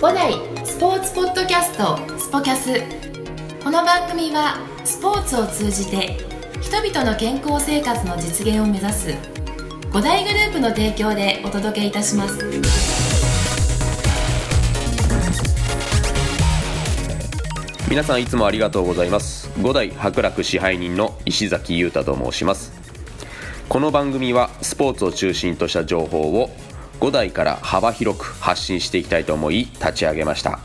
五代スポーツポッドキャストスポキャスこの番組はスポーツを通じて人々の健康生活の実現を目指す五大グループの提供でお届けいたします皆さんいつもありがとうございます五代博楽支配人の石崎裕太と申しますこの番組はスポーツを中心とした情報を五代から幅広く発信していきたいと思い立ち上げました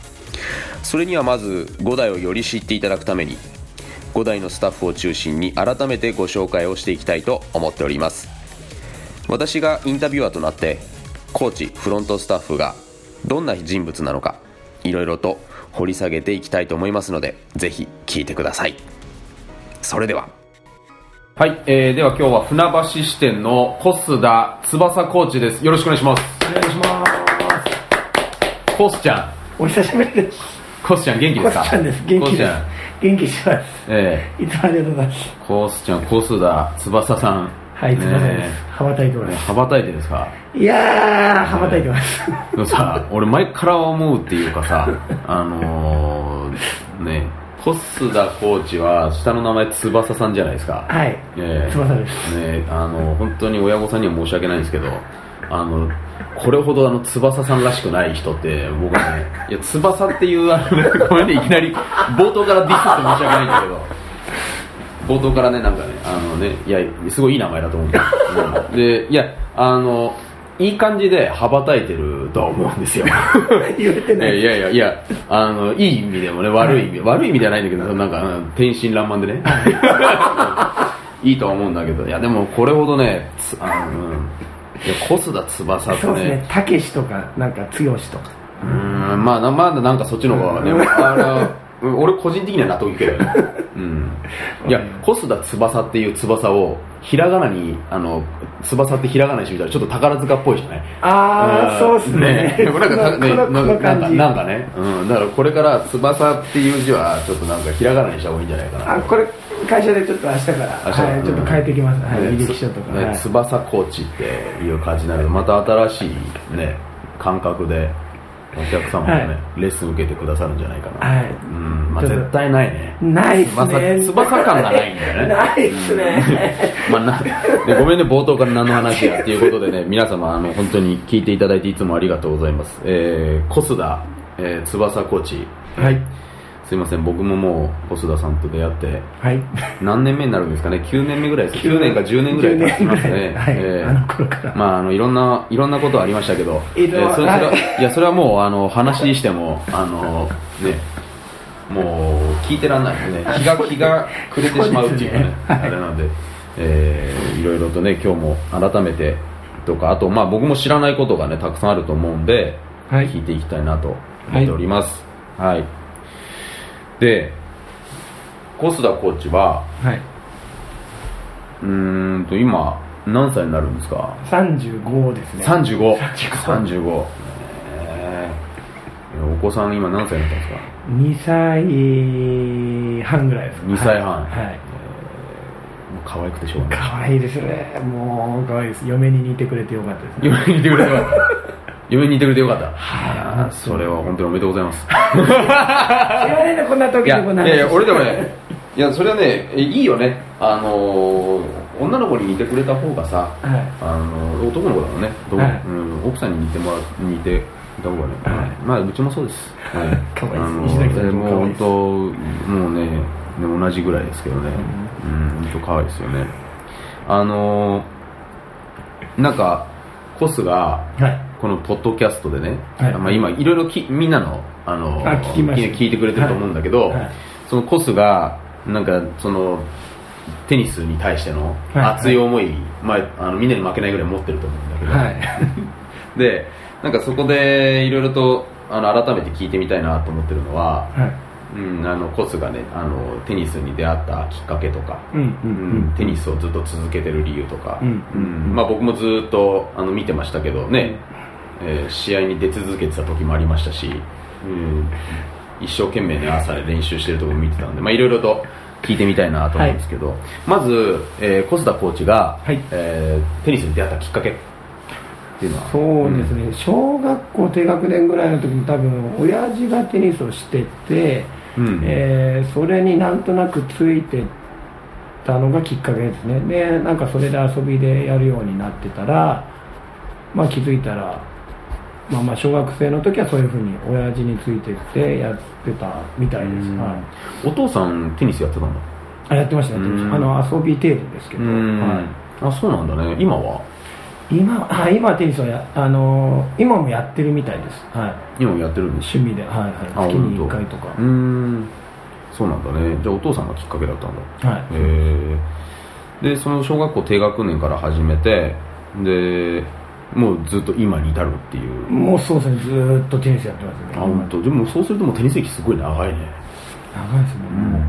それにはまず五代をより知っていただくために五代のスタッフを中心に改めてご紹介をしていきたいと思っております私がインタビュアーとなってコーチフロントスタッフがどんな人物なのかいろいろと掘り下げていきたいと思いますのでぜひ聞いてくださいそれでははい、えー、では今日は船橋支店の小須田翼コーチです。よろしくお願いします。お願いします。コスちゃん、お久しぶりです。コスちゃん元気コですかスちゃんです。元コ気スちでゃん、す。元気してます。えいつもありがとうございます。ー、コスちゃん、コス田翼さん。はい、すみませんです。ね羽ばたいておりえま羽ばたいてですかす。いやー、羽ばたいてます。でもさ、 俺前から思うっていうかさ、あのー、ね、コス田コーチは下の名前翼さんじゃないですか。はいええ翼ですねあの、本当に親御さんには申し訳ないんですけど、あの、これほどあの、翼さんらしくない人って、僕はね、いや、翼っていう、あの、ごめんね、いきなり、冒頭からディスって申し訳ないんだけど、冒頭からね、なんかね、あのね、いや、すごいいい名前だと思うんだけど、で、いや、あの、いい感じで羽ばたいてるとは思うんですよ。言えてないいでやいやいや、あの、いい意味でもね、悪い意味、悪い意味ではないんだけど、なんか、うん天真爛漫でね。いいとは思うんだけど、いや、でもこれほどね、つあの、うん、いや、小須田翼す。とそうですねね、、たけしとか、なんか、つよしとか。うーん、まあ、なまだなんかそっちの方がね、あの、俺個人的には納得いくけどね。うん。いや、小須田翼っていう翼を、ひらがなに、あの、翼ってひらがなにしてみたら、ちょっと宝塚っぽいじゃないあー、そうですね。でもなんか、ね、なこのんこのか、なんか、感なんじ。かね、うん、だからこれから翼っていう字は、ちょっとなんかひらがなにした方がいいんじゃないかな。あ、これ、会社でちょっと明日から、明日からはい、ちょっと変えてきます。はい、ね履歴書とか。ねはい翼コーチっていう感じになると、また新しいね、感覚で、お客様がね、はいレッスン受けてくださるんじゃないかな。はいうん、まあちょっと絶対ないね。ないっす翼ね。翼感がないんだよねないっすね。まあ、な でごめんね、冒頭から何の話やっていうことでね、皆様、あの本当に聞いていただいていつもありがとうございます。えー、小須田、えー、翼コーチ。 はい。すいません、僕ももう、小須田さんと出会って、はい。何年目になるんですかね、9年目ぐらいですか、9年か10年ぐらい経ちますね。はいえーあの頃からまあ、あの、いろんな、いろんなことありましたけど、いろいろーそれそれは、はいや、それはもう、あの、話にしても、あの、ね、もう、聞いてらんないですね。日が、日が暮れてしまうっていうかね、そうですねはあれなんで、えーいろいろとね、今日も改めて、とか、あと、まあ、僕も知らないことがね、たくさんあると思うんで、はい聞いていきたいなと思っております。はい、で、小須田コーチは、はい。うーんと今何歳になるんですか35ですね。 3535 35えーお子さん今何歳になったんですか2歳半ぐらいですか2歳半はいもう可愛くてしょうがない可愛いですねもう可愛いです嫁に似てくれてよかったですね嫁に似てくれてよかった 嫁に似てくれてよかったはいそれは本当におめでとうございます知らないのこんな時いやでこんない話やいや俺でも ねいやそれはねえいいよねあのー女の子に似てくれた方がさはいあの男の子だもんね、どうはいうん、奥さんに似てもらう似ていた方がね、はいまあうちもそうです、はい かわいいですあの石崎さんとももかわうい本いです当もうねね同じぐらいですけどねうん本当可愛いですよねあのなんかコスがはいこのポッドキャストでね、はいまあ、今いろいろきみんなのあのあ聞きました聞いてくれてると思うんだけど、はいはいそのコスがなんかそのテニスに対してのはい熱い思い、まあ、あのみんなに負けないぐらい持ってると思うんだけど、はいでなんかそこでいろいろとあの改めて聞いてみたいなと思ってるのは、はいうん、あのコスがねあのテニスに出会ったきっかけとか、うんうんうんテニスをずっと続けてる理由とか、うんうんまあ、僕もずっとあの見てましたけどね、えー試合に出続けてた時もありましたし、うん一生懸命ね朝で練習してるところ見てたんでまあいろいろと聞いてみたいなと思うんですけど、まず、えー、小須田コーチが、はいえーテニスに出会ったきっかけっていうのはそうですね、小学校低学年ぐらいの時に多分親父がテニスをしてて、うんえーそれになんとなくついてたのがきっかけですねでなんかそれで遊びでやるようになってたら、まあ、気づいたら、まあ、まあ小学生の時はそういうふうに親父についてってやってたみたいです、うんはいお父さんテニスやってたんだあやってましたやってましうんたあの遊び程度ですけど、はいはいあそうなんだね今は今あ今はテニスをやあのー今もやってるみたいです、はい、今もやってるんでしょ趣味で、はいはい、月に1回とか、うーんそうなんだねじゃあお父さんがきっかけだったんだはいへえでその小学校低学年から始めてでもうずっと今に至るっていうもうそうですねずーっとテニスやってますねあ本当でもそうするともうテニス歴すごい長いね長いですね、もう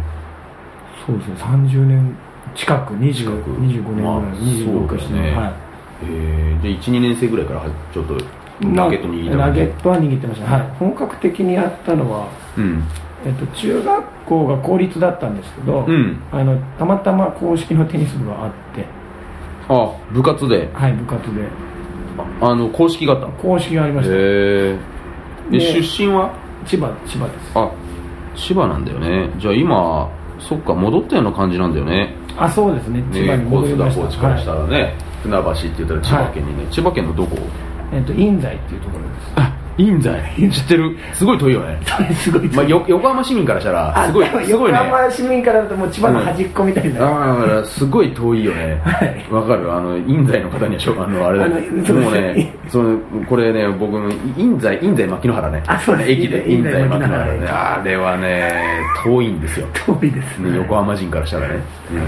そうですね30年近く20近く25年ぐらい、まあそ26うでですすねね、はいえー、で12年生ぐらいからはちょっとまあラケット握りたラケットは握ってました、はい、本格的にやったのは、うんえっと、中学校が公立だったんですけど、うんあのたまたま公式のテニス部があってあ部活ではい部活でああの公式があったの公式がありました、へえねで出身は千葉千葉ですあ千葉なんだよねじゃあ今そっか戻ったような感じなんだよねあそうですね千葉にねコー戻スりだました高知からしたはいらね、船橋って言ったら千葉県にね、千葉県のどこえっと印西っていうところですあ印西 知ってるすごい遠いよね、すごいまあ、よ横浜市民からしたら あすごいでもすごいね横浜市民からだともう千葉の端っこみたいな、ああだからすごい遠いよね はいわかるあの印西の方にはしょあのあれあのそうもうねそのこれね僕も印西印西牧之原ねあそうです駅で印印西西牧之牧之原原ねねあれはね遠いんですよ、遠いですね横浜人からしたらね、うん、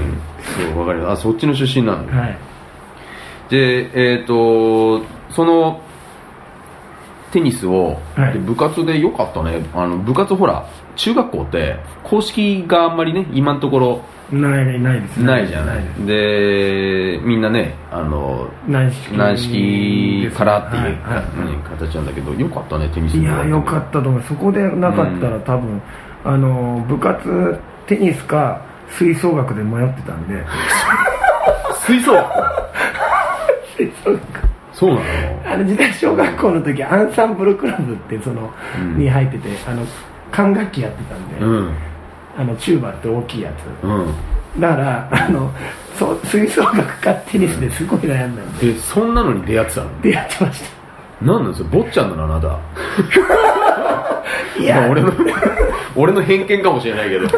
そうわかるあそっちの出身なの、はいでえっ、とそのテニスを、はいで部活でよかったねあの部活ほら中学校って公式があんまりね今のところないないですねないじゃないですでみんなねあの軟式軟式からっていう、はいはいうん形なんだけどよかったねテニスいやよかったと思うそこでなかったら多分、あの部活テニスか吹奏楽で迷ってたんで た吹奏吹奏楽そうなのあの実は小学校の時アンサンブルクラブってその、うんに入っててあの管楽器やってたんで、うんあのチューバって大きいやつ、うんだからあのそう吹奏楽かテニスですごい悩んだんでえそんなのに出会ってたのでやってましなんなんそれ坊ちゃんなのあなたたいや、まあ俺の 俺の偏見かもしれないけど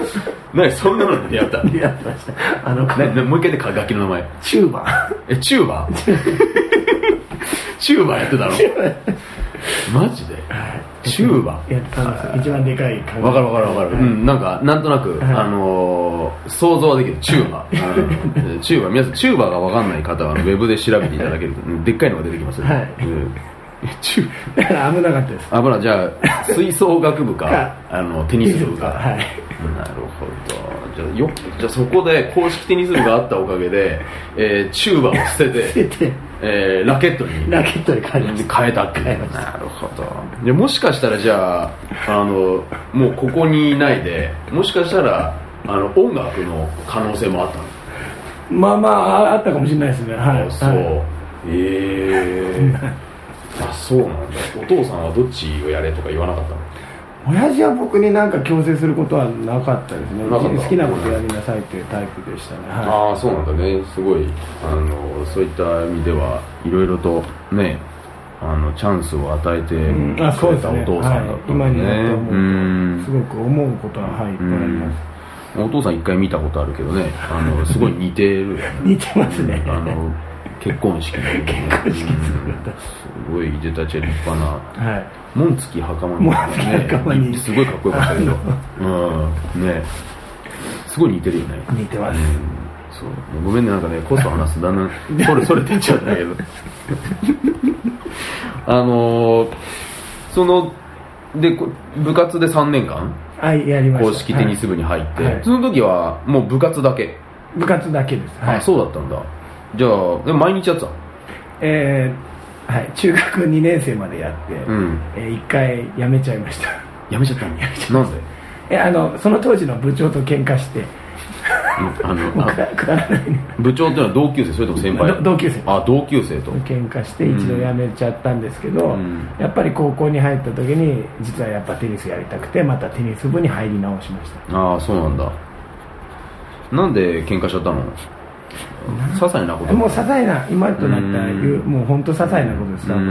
何そんなのに出会 ったでやってましたあのななもう一回で楽器の名前チューバーえチュー バーチューバーやってたの マジでチューバーやってたんですよ一番でかい感じわかるわかるわかる、はいうん、なんかなんとなく、はいあのー想像はできるチューバー、 うんチューバー皆さんチューバーがわかんない方はあのウェブで調べていただけると、うんでっかいのが出てきますよ、はいうんえチューだから危なかったですあほらじゃあ吹奏楽部はいかあのテニス部か、 はいなるほどじゃあよじゃあそこで公式テニス部があったおかげで、えーチューバーを捨て出て、てえーラケットにラケットで帰りました変えたっていう変えましたなるほどでもしかしたらじゃああのもうここにいないでもしかしたらあの音楽の可能性もあったのまあまああったかもしれないですねはいあそう、はいえ えあそうなんだお父さんはどっちをやれとか言わなかったの親父は僕になんか強制することはなかったですねなかった好きなことやりなさいっていうタイプでしたねはああそうなんだねすごいあのそういった意味ではいろいろとねあのチャンスを与えてくいうんあそうれですたねお父さんだはっいたんだ今になってね思うとうんすごく思うことははいいっぱいありますお父さん一回見たことあるけどねあのすごい似てるよね 似てますねあの結婚式の 結婚式すごいいでたちは立派なはい紋付き袴紋付き袴にすごいかっこよかった けどうんねすごい似てるよね似てますそうごめんねなんかねコスト話すとだんだんそれそれ出ちゃうんだけど あのーそのでこ部活で3年間はいやりました公式テニス部に入って、はいその時はもう部活だけ、はい部活だけですはあいそうだったんだじゃあでも毎日やってたのえーはい中学2年生までやってうんえー一回辞めちゃいました やめちゃったんやなんでえあのその当時の部長と喧嘩してあのもうくあだくだらない ね部長っていうのは同級生それとも先輩ど同級生あ同級生と喧嘩して一度辞めちゃったんですけど、んやっぱり高校に入った時に実はやっぱテニスやりたくてまたテニス部に入り直しましたああそうなんだなんで喧嘩しちゃったの些細なこともう些細な今となったら言ううんもう本当些細なことです多うん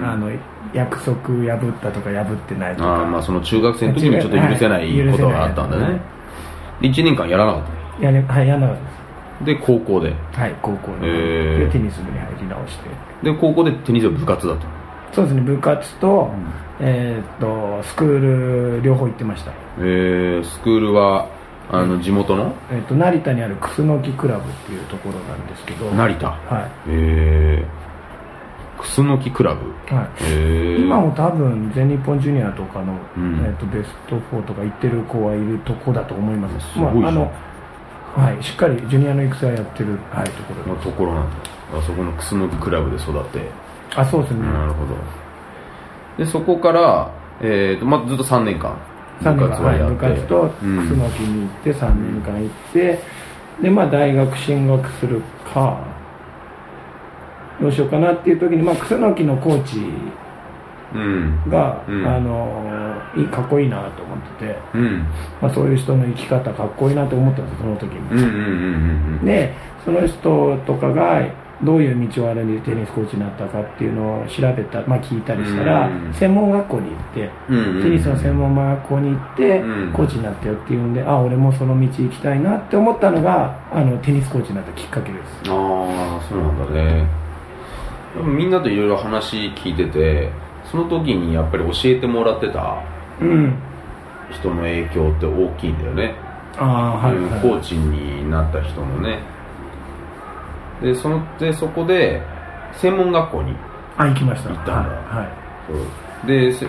分あの約束破ったとか破ってないとああまあかその中学生の時にちょっと許せないことがあったんだはい許せねで1年間やらなかっやれはいやんなかったですたで高校ではい高校に、へーでテニス部に入り直してで高校でテニス部部活だとそうですね部活と、えーっとスクール両方行ってましたえー、スクールはあの地元のえーっと成田にあるクスノキクラブっていうところなんですけど成田はいえー、クスノキクラブはいえー、今も多分全日本ジュニアとかの、うんえー、とベスト4とか行ってる子はいるとこだと思いますすごいじゃんまああのはい、しっかりジュニアの育成はやってる、はい、ところのでところなんだあそこのクスノキクラブで育ってすあそうですね、なるほどでそこから、えーとまあ、ずっと3年間三年間ははいやっ部て、活とうん楠木に行って3年間行って、でまあ大学進学するかどうしようかなっていう時に、まあ、楠木のコーチうんが、うんあのいいかっこいいなと思ってて、うんまあ、そういう人の生き方かっこいいなと思ったんですその時に、うんうんうんうんでその人とかがどういう道を歩んでテニスコーチになったかっていうのを調べた、まあ、聞いたりしたら、うん専門学校に行って、うんうんテニスの専門学校に行って、うんコーチになったよっていうんであ俺もその道行きたいなって思ったのがあのテニスコーチになったきっかけであすあそうなんだねでもみんなといろいろ話聞いててその時にやっぱり教えてもらってたうん人の影響って大きいんだよね、ああはい、うんはいコーチになった人のねでそのでそこで専門学校にあ行きました行ったんだはいはい、そうでせ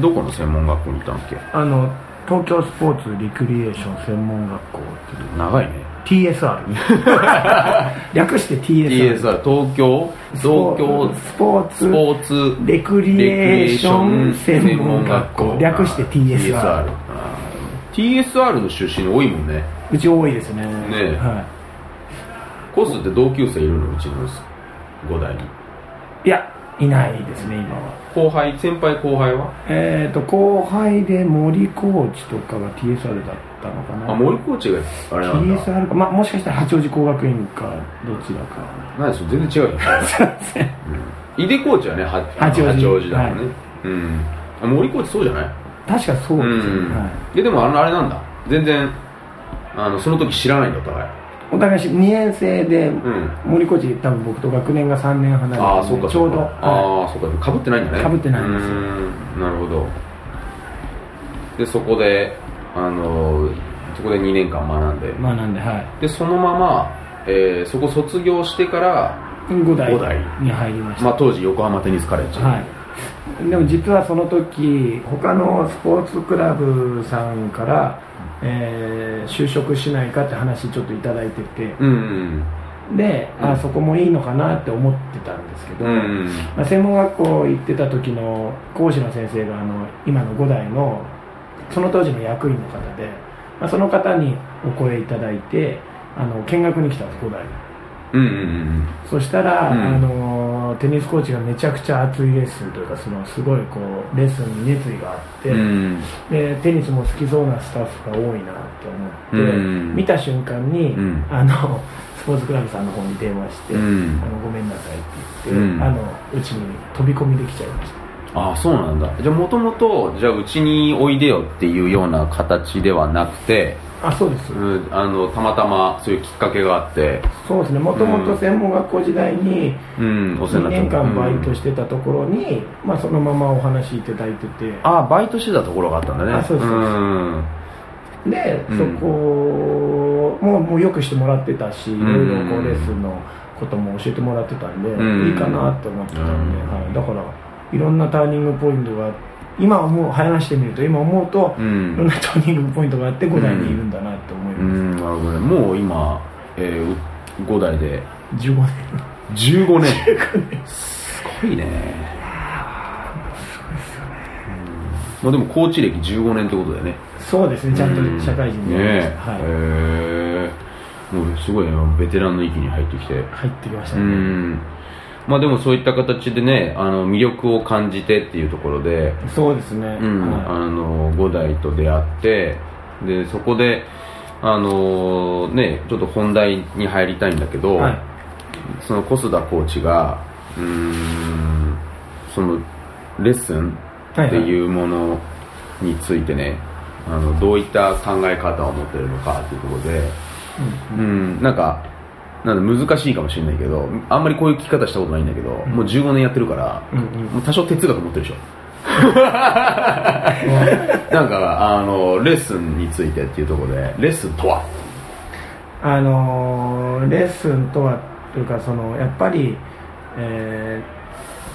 どこの専門学校に行ったんだっけあの東京スポーツリクリエーション専門学校っていう長いね TSR 略して TSR TSR 東京東京スポーツスポーツレクリエーション専門学校略して TSR あー TSR の出身多いもんねうち多いですねえはコスって同級生いるのうちの5代にい、いやいないですね今は後輩先輩後輩はえっ、と後輩で森コーチとかが TSR だったのかなあ森コーチがあれなんだ TSR か、まあ、もしかしたら八王子工学院かどちらか何それ全然違うよ井出コーチはねは八王子だもんね、うんあ森コーチそうじゃない確かそううですね、ん、、はいやでもあのあれなんだ全然あのその時知らないんだお互いい、お互いし2年生で、ん森コーチ多分僕と学年が3年離れてああるそうんでかちょうどそうかはああそうかかぶってないんだね被ってないんですようーんなるほどでそこであのそこで2年間学んで、いまあなんではいでそのまま、えーそこ卒業してから、五代五代に入りました、まあ、当時横浜テニスカレッジ、はい、でも実はその時他のスポーツクラブさんから、えー就職しないかって話ちょっといただいててうんうんで、うあんそこもいいのかなって思ってたんですけど、うんうんまあ、専門学校行ってた時の講師の先生があの今の五代のその当時の役員の方で、まあ、その方にお声いただいてあの見学に来たんです五代に。うんうんそしたら、うんあのテニスコーチがめちゃくちゃ熱いレッスンというかそのすごいこうレッスンに熱意があって、うんうんでテニスも好きそうなスタッフが多いなって思って、うん見た瞬間に、うんあのスポーツクラブさんの方に電話して、うんあのごめんなさいって言って、うんあのうちに飛び込みできちゃいましたああそうなんだじゃあもともとじゃあうちにおいでよっていうような形ではなくて、あそうです、うん、あのたまたまそういうきっかけがあってそうですねもともと専門学校時代にうんお世話にな2っ年た間バイトて、してたところに、まあ、そのままお話しいただいててうんああバイトしてたところがあったんだねあそうですそうですんで、うんそこももうよくしてもらってたし、いろいろこうんうレッスンのことも教えてもらってたんで、うんいいかなって思ってたんで、うんはい、だからいろんなターニングポイントが今思う話してみると今思うと、ういろんんなターニングポイントがあって5代にいるんだなって思いうます、んなるほどねもう今、えー、5代で15年15年すごいねまあでもコーチ歴15年ってことだよねそうですねちゃんと社会人ねになりましえた、はいへえもうすごい今ベテランの域に入ってきて入ってきましうたね、んまあでもそういった形でねあの魅力を感じてっていうところで、そうですね、うんはあの五代と出会ってでそこであのねちょっと本題に入りたいんだけど、いはいその小須田コーチがうーんそのレッスンはいはいっていうものについてね、あのどういった考え方を持ってるのかっていうところで、うんなんかなんだ難しいかもしれないけどあんまりこういう聞き方したことないんだけど、もう15年やってるから、うんうんもう多少哲学持ってるでしょなんかあのレッスンについてっていうところでレッスンとは あのーレッスンとはというかそのやっぱり、えー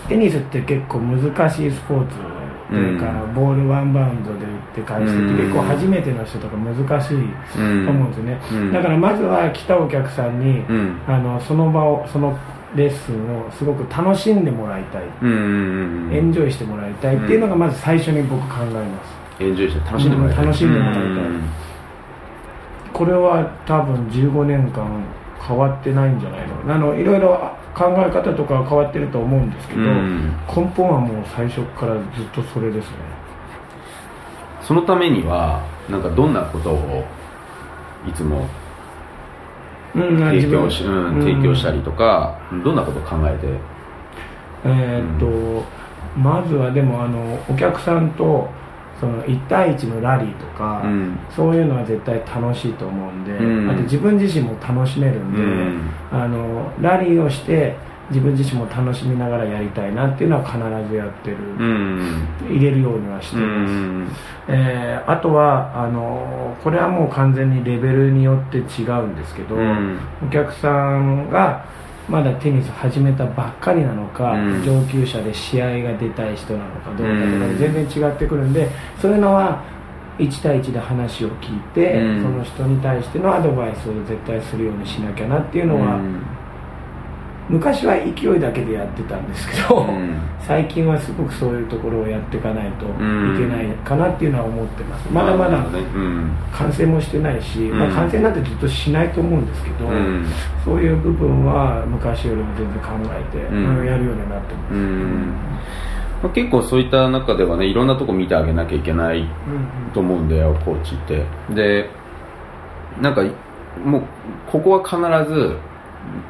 テニスって結構難しいスポーツというか、うボールワンバウンドで打って返してってうん結構初めての人とか難しいとうん思うんですよね、うんだからまずは来たお客さんに、うんあのその場をそのレッスンをすごく楽しんでもらいたい、うんうんうんエンジョイしてもらいたいっていうのがまず最初に僕考えます、エンジョイして楽しんでもらいたいうん楽しんでもらいたいうんこれは多分15年間変わってないんじゃないのあのいろいろ考え方とかは変わってると思うんですけど、うん根本はもう最初からずっとそれですねそのためにはなんかどんなことをいつもうん提供し,、うん、提供したり、りとか、どんなことを考えてうんえーっと、まずはでもあのお客さんとその1対1のラリーとか、うんそういうのは絶対楽しいと思うんで、うんあと自分自身も楽しめるんで、うんあのラリーをして自分自身も楽しみながらやりたいなっていうのは必ずやってる、うん入れるようにはしてういます、んえーあとはあのこれはもう完全にレベルによって違うんですけど、うんお客さんがまだテニス始めたばっかりなのか、うん上級者で試合が出たい人なのかどうかとかうでん全然違ってくるんで、そういうのは1対1で話を聞いて、うんその人に対してのアドバイスを絶対するようにしなきゃなっていうのは、昔は勢いだけでやってたんですけど、うん最近はすごくそういうところをやっていかないといんけないかなっていうのは思ってます、まだまだねうん完成もしてないし、まあうん完成なんてずっとしないと思うんですけど、うんそういう部分は昔よりも全然考えて、うんうんやるようになってます、うんまあ結構そういった中ではねいろんなとこ見てあげなきゃいけないうんと思うんだよコーチってでなんかもうここは必ず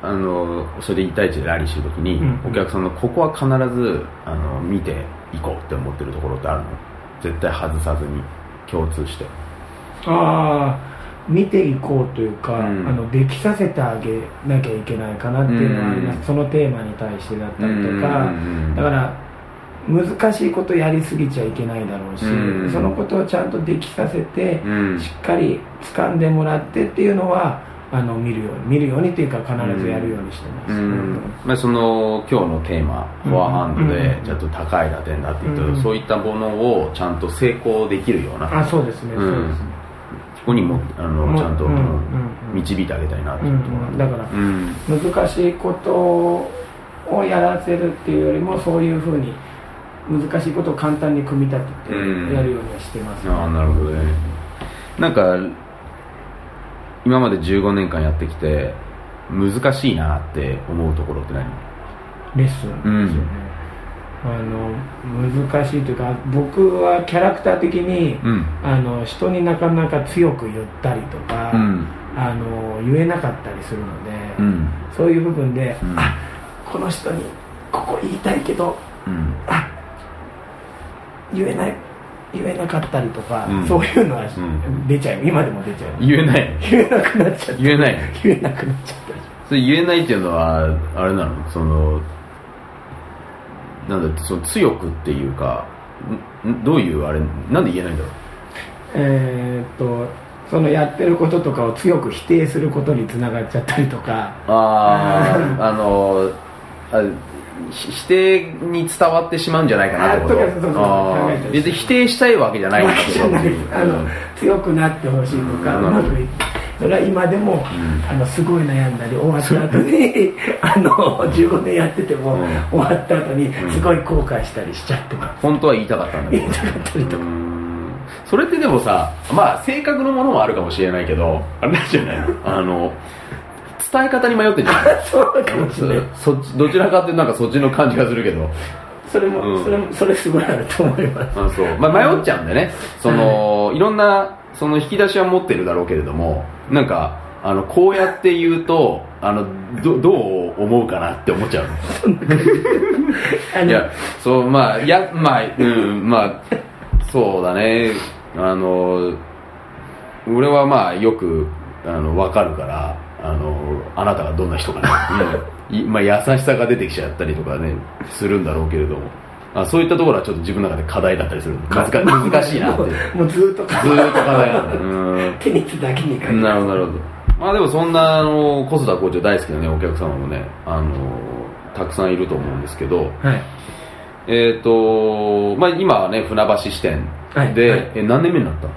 あのそれで1対1でラリーしてる時に、うんお客さんのここは必ずあの見ていこうって思ってるところってあるの絶対外さずに共通してああ見ていこうというか、うんあのできさせてあげなきゃいけないかなっていうのはあります、うんそのテーマに対してだったりとか、うんだから難しいことやりすぎちゃいけないだろうし、うんそのことをちゃんとできさせて、うんしっかり掴んでもらってっていうのはあの見るように見るようにっていうか必ずやるようにしてます、ううんんまあ、その今日のテーマフォアハンドでうんちょっと高い打点だって言うと、うんそういったものをちゃんと成功できるようなあそうですね、うんそうですねここにもあのもちゃんとうんうんうん導いてあげたいなってういんうところうんだからうん難しいことをやらせるっていうよりもそういうふうに難しいことを簡単に組み立てうんてやるようにはしてます、ああなるほどねなんか今まで15年間やってきて難しいなって思うところって何レッスンですよね、あの難しいというか僕はキャラクター的に、うんあの人になかなか強く言ったりとか、うんあの言えなかったりするので、うんそういう部分で、うんあこの人にここ言いたいけどうんあ言えない言えなかったりとか、うんそういうのはん出ちゃう、今でも出ちゃう言えない言えなくなっちゃう言えない言えなくなっちゃったりそれ言えないっていうのはあれなのそのなんだその強くっていうかんんどういうあれなんで言えないんだろうえーっとそのやってることとかを強く否定することにつながっちゃったりとかあーあのあひ否定に伝わってしまうんじゃないかなってことあとかそうそうそうあ考えたりしーて別に否定したいわけじゃないんだけどあの強くなってほしいとか、ううんまくいっそれは今でも、あのすごい悩んだり終わった後 にあの15年やってても、うん終わった後にすごい後悔したりしちゃってます本当は言いたかったんだけ言いどたかったりとかうーんそれってでもさまあ性格のものもあるかもしれないけどあれなんじゃないのあの伝え方に迷ってんじゃない そうかもしれないそ そどちらかってなんかそっちの感じがするけどそれも、うんそれもそれすごいあると思いますあそう、まあ、迷っちゃうんでねそのいろんなその引き出しは持ってるだろうけれどもなんかあのこうやって言うとあのどどう思うかなって思っちゃうのあのいや、そう、まあ、いや、まあ、うん、まあ、そうだね。あの、俺はまあ、よく、あの、わかるから、あの、あなたがどんな人かね。うんいまあ、優しさが出てきちゃったりとかね、するんだろうけれども。あそういったところはちょっと自分の中で課題だったりする。難か難しいなって。ずもうずっとーっと課題なんだ。うん。テニスだけに書いてなるほど、なるほど。まあでもそんな、あの、小須田校長大好きなね、お客様もね、あの、たくさんいると思うんですけど、はいえっ、と、まあ今はね、船橋支店はいで、はいえ何年目になった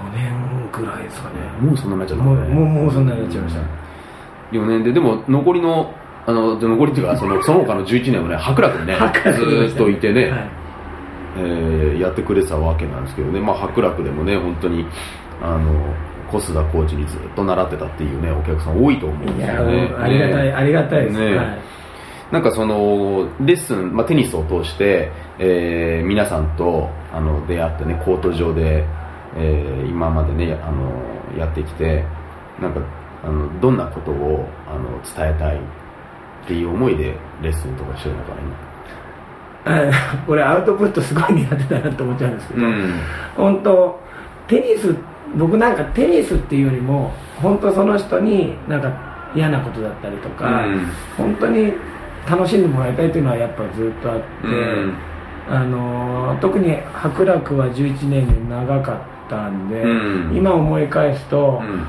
4年ぐらいですかねもうそんなになっちゃったもうねもうもうそんなになっちゃいました。 4年で、でも残りの、あの、で残りっていうか、 そのその他の11年はね、白楽にね、ずーっといてね、はいえーやってくれてたわけなんですけどね、まあ、白楽でもね、本当に、あの、小須田コーチにずっと習ってたっていうね、お客さん多いと思うんでいすや、よね。ありがたい、ねありがたいです、ねはいなんかそのレッスン、まあ、テニスを通して、えー皆さんとあの出会ってねコート上で、えー今までねあのやってきてなんかあのどんなことをあの伝えたいっていう思いでレッスンとかしてるのかなあ 俺アウトプットすごい苦手だなと思っちゃうんですけど、今本当テニス僕なんかテニスっていうよりも本当その人になんか嫌なことだったりとか、うん本当に楽しんでもらいたいというのはやっぱずっとあって、うんあのー特に白楽は11年に長かったんで、うん今思い返すと、うん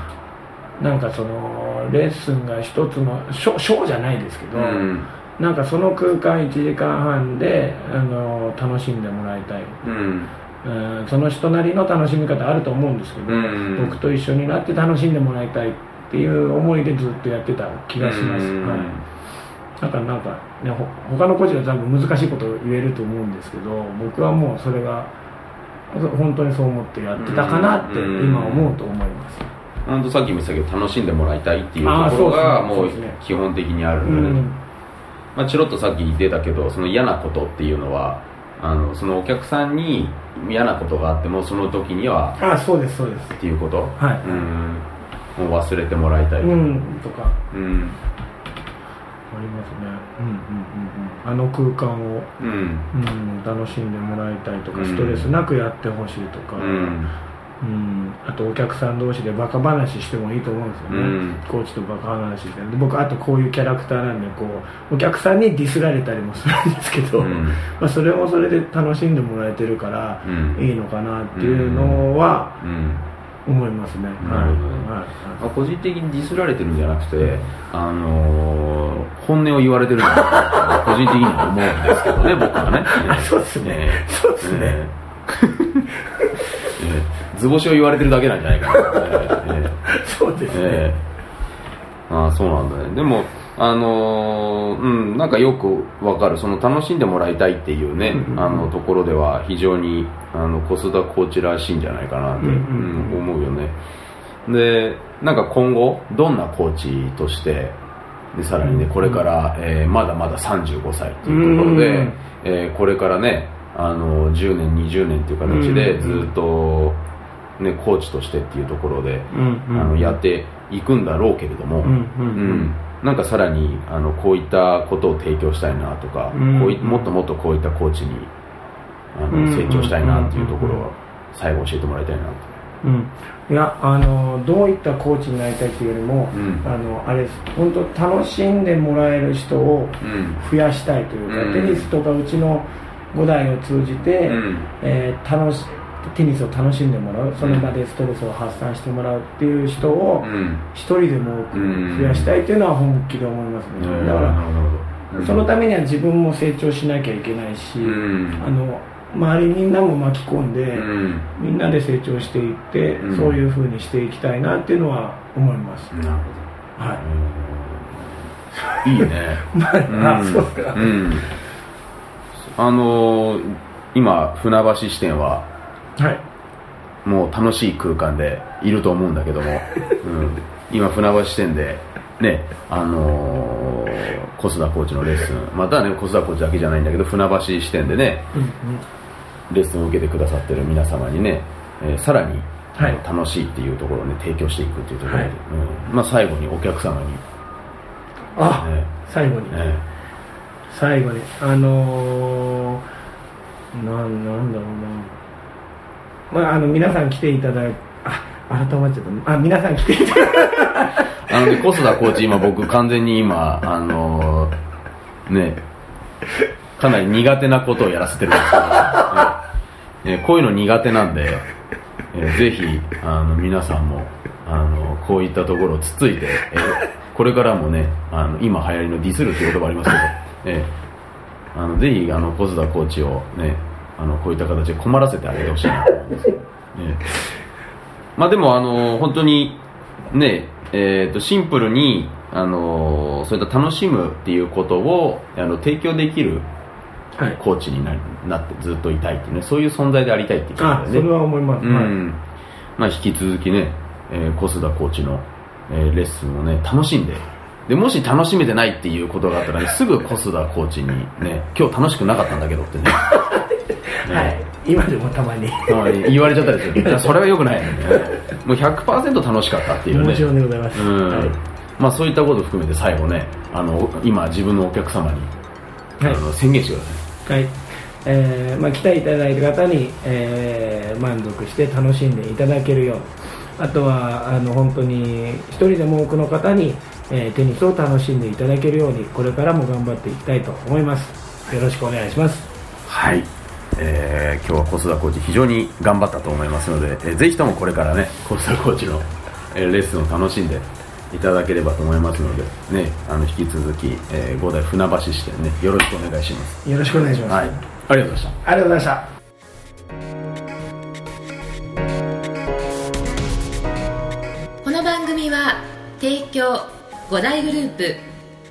なんかそのレッスンが一つのショショーじゃないですけど、うんなんかその空間1時間半で、あの楽しんでもらいたい、うんうん、その人なりの楽しみ方あると思うんですけど、うん僕と一緒になって楽しんでもらいたいっていう思いでずっとやってた気がします、うんはい、だからなんか、ね、ほ他のコーチは多分難しいことを言えると思うんですけど僕はもうそれがほ本当にそう思ってやってたかなってうん今思うと思います、本当さっきも言ってたけど楽しんでもらいたいっていうとあーころがもそううですねそうですね基本的にあるのうで、んまあ、チロッとさっき出たけどその嫌なことっていうのはあのそのお客さんに嫌なことがあってもその時にはあそうですそうですっていうこと、はいうんもう忘れてもらいたい、うんとかうんありますね、うんうんうんうん、あの空間を、うんうん、楽しんでもらいたいとか、うんストレスなくやってほしいとか、うんうんあとお客さん同士でバカ話してもいいと思うんですよね、うんコーチとバカ話してで僕あとこういうキャラクターなんでこうお客さんにディスられたりもするんですけど、うんまあ、それもそれで楽しんでもらえてるからういんいのかなっていうのはうん思いますね、んはいなるほどねまあは個人的にディスられてるんじゃなくて、あのー本音を言われてるんじゃないか と個人的には思うんですけどね僕はねいはいあそうですね、ええそうですね、ええええ図星を言われてるだけなんじゃないかな、ええええそうですね、ええああそうなんだねでもあのーうんなんかよくわかるその楽しんでもらいたいっていうねうんうんうんあのところでは非常にあの小須田コーチらしいんじゃないかなって、うんうん思うよねでなんか今後どんなコーチとしてでさらにねこれから、えーまだまだ35歳っていうところで、うんうんえーこれからねあの10年20年っていう形でうんうんずっと、ね、コーチとしてっていうところで、うんうんあのやっていくんだろうけれども、うんうんうんなんかさらにあのこういったことを提供したいなとか、うんこういもっともっとこういったコーチにあの、うん成長したいなっていうところうんうんを最後教えてもらいたいなと。うん、いやあのどういったコーチになりたいというよりも、うんあのあれです本当楽しんでもらえる人をうん増やしたいというか、うんテニスとかうちの5台を通じて、うんえー楽しテニスを楽しんでもらうその場でストレスを発散してもらうっていう人をうん一人でも多く増やしたいというのは本気で思いますね、なだかるほどらそのためには自分も成長しなきゃいけないし、うんあの周りみんなも巻き込んで、うんみんなで成長していって、うんそういうふうにしていきたいなっていうのは思います、なるはほどいいねい、あ そうですか、うんあのー今船橋支店ははいもう楽しい空間でいると思うんだけど も、うん、今船橋支店でねあのー、小須田コーチのレッスンまたね小須田コーチだけじゃないんだけど船橋支店でねうんレッスンを受けてくださってる皆様にね、えーさらに、はいあの楽しいっていうところをね提供していくっていうところで、はいうんまあ、最後にお客様に、あね最後に、ね最後にあのー、なんなんだろうなまああの皆さん来ていただいあ改まっちゃったあ皆さん来ていただいあのね、小須田コーチ、今僕完全に今、あのーね、かなり苦手なことをやらせてるんですけど、ねねこういうの苦手なんで、えぜひ、あの、皆さんも、あの、こういったところをつついて、えこれからもね、あの、今流行りのディスるっていう言葉ありますけど、えあの、ぜひ、あの、小須田コーチをね、あの、こういった形で困らせてあげてほしいなと思い ます。ねまあでも、あの本当に、ね、えー、とシンプルに、あのそういった楽しむっていうことをあの提供できるはいコーチにななってずっといたいっていうね、そういう存在でありたいっていうことだあよそね。れは思います、うはいんまあ、引き続きね、えー、小須田コーチの、えーレッスンをね、楽しんで、で、もし楽しめてないっていうことがあった らね、すぐ小須田コーチにね、今日楽しくなかったんだけどってね。はい、今でもたまにはい言われちゃったり する。いやそれは良くないよね。もう100%楽しかったっていうね。もちろんでございます、うんはいまあそういったことを含めて最後ねあの今自分のお客様に、はいあの宣言してくださはいえーまあ、来ていただいた方に、えー満足して楽しんでいただけるようあとはあの本当に一人でも多くの方に、えーテニスを楽しんでいただけるようにこれからも頑張っていきたいと思いますよろしくお願いしますいはい、えー今日は小須田コーチ非常に頑張ったと思いますので、えーぜひともこれからね小須田コーチの、えーレッスンを楽しんでいただければと思いますので、ね、あの引き続き、えー、五代船橋支店ねよろしくお願いします、よろしくお願いします、はい、ありがとうございましたありがとうございましたこの番組は提供五大グループ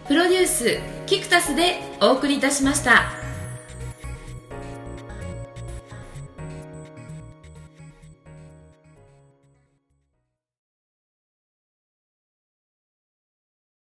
プロデュースキクタスでお送りいたしました。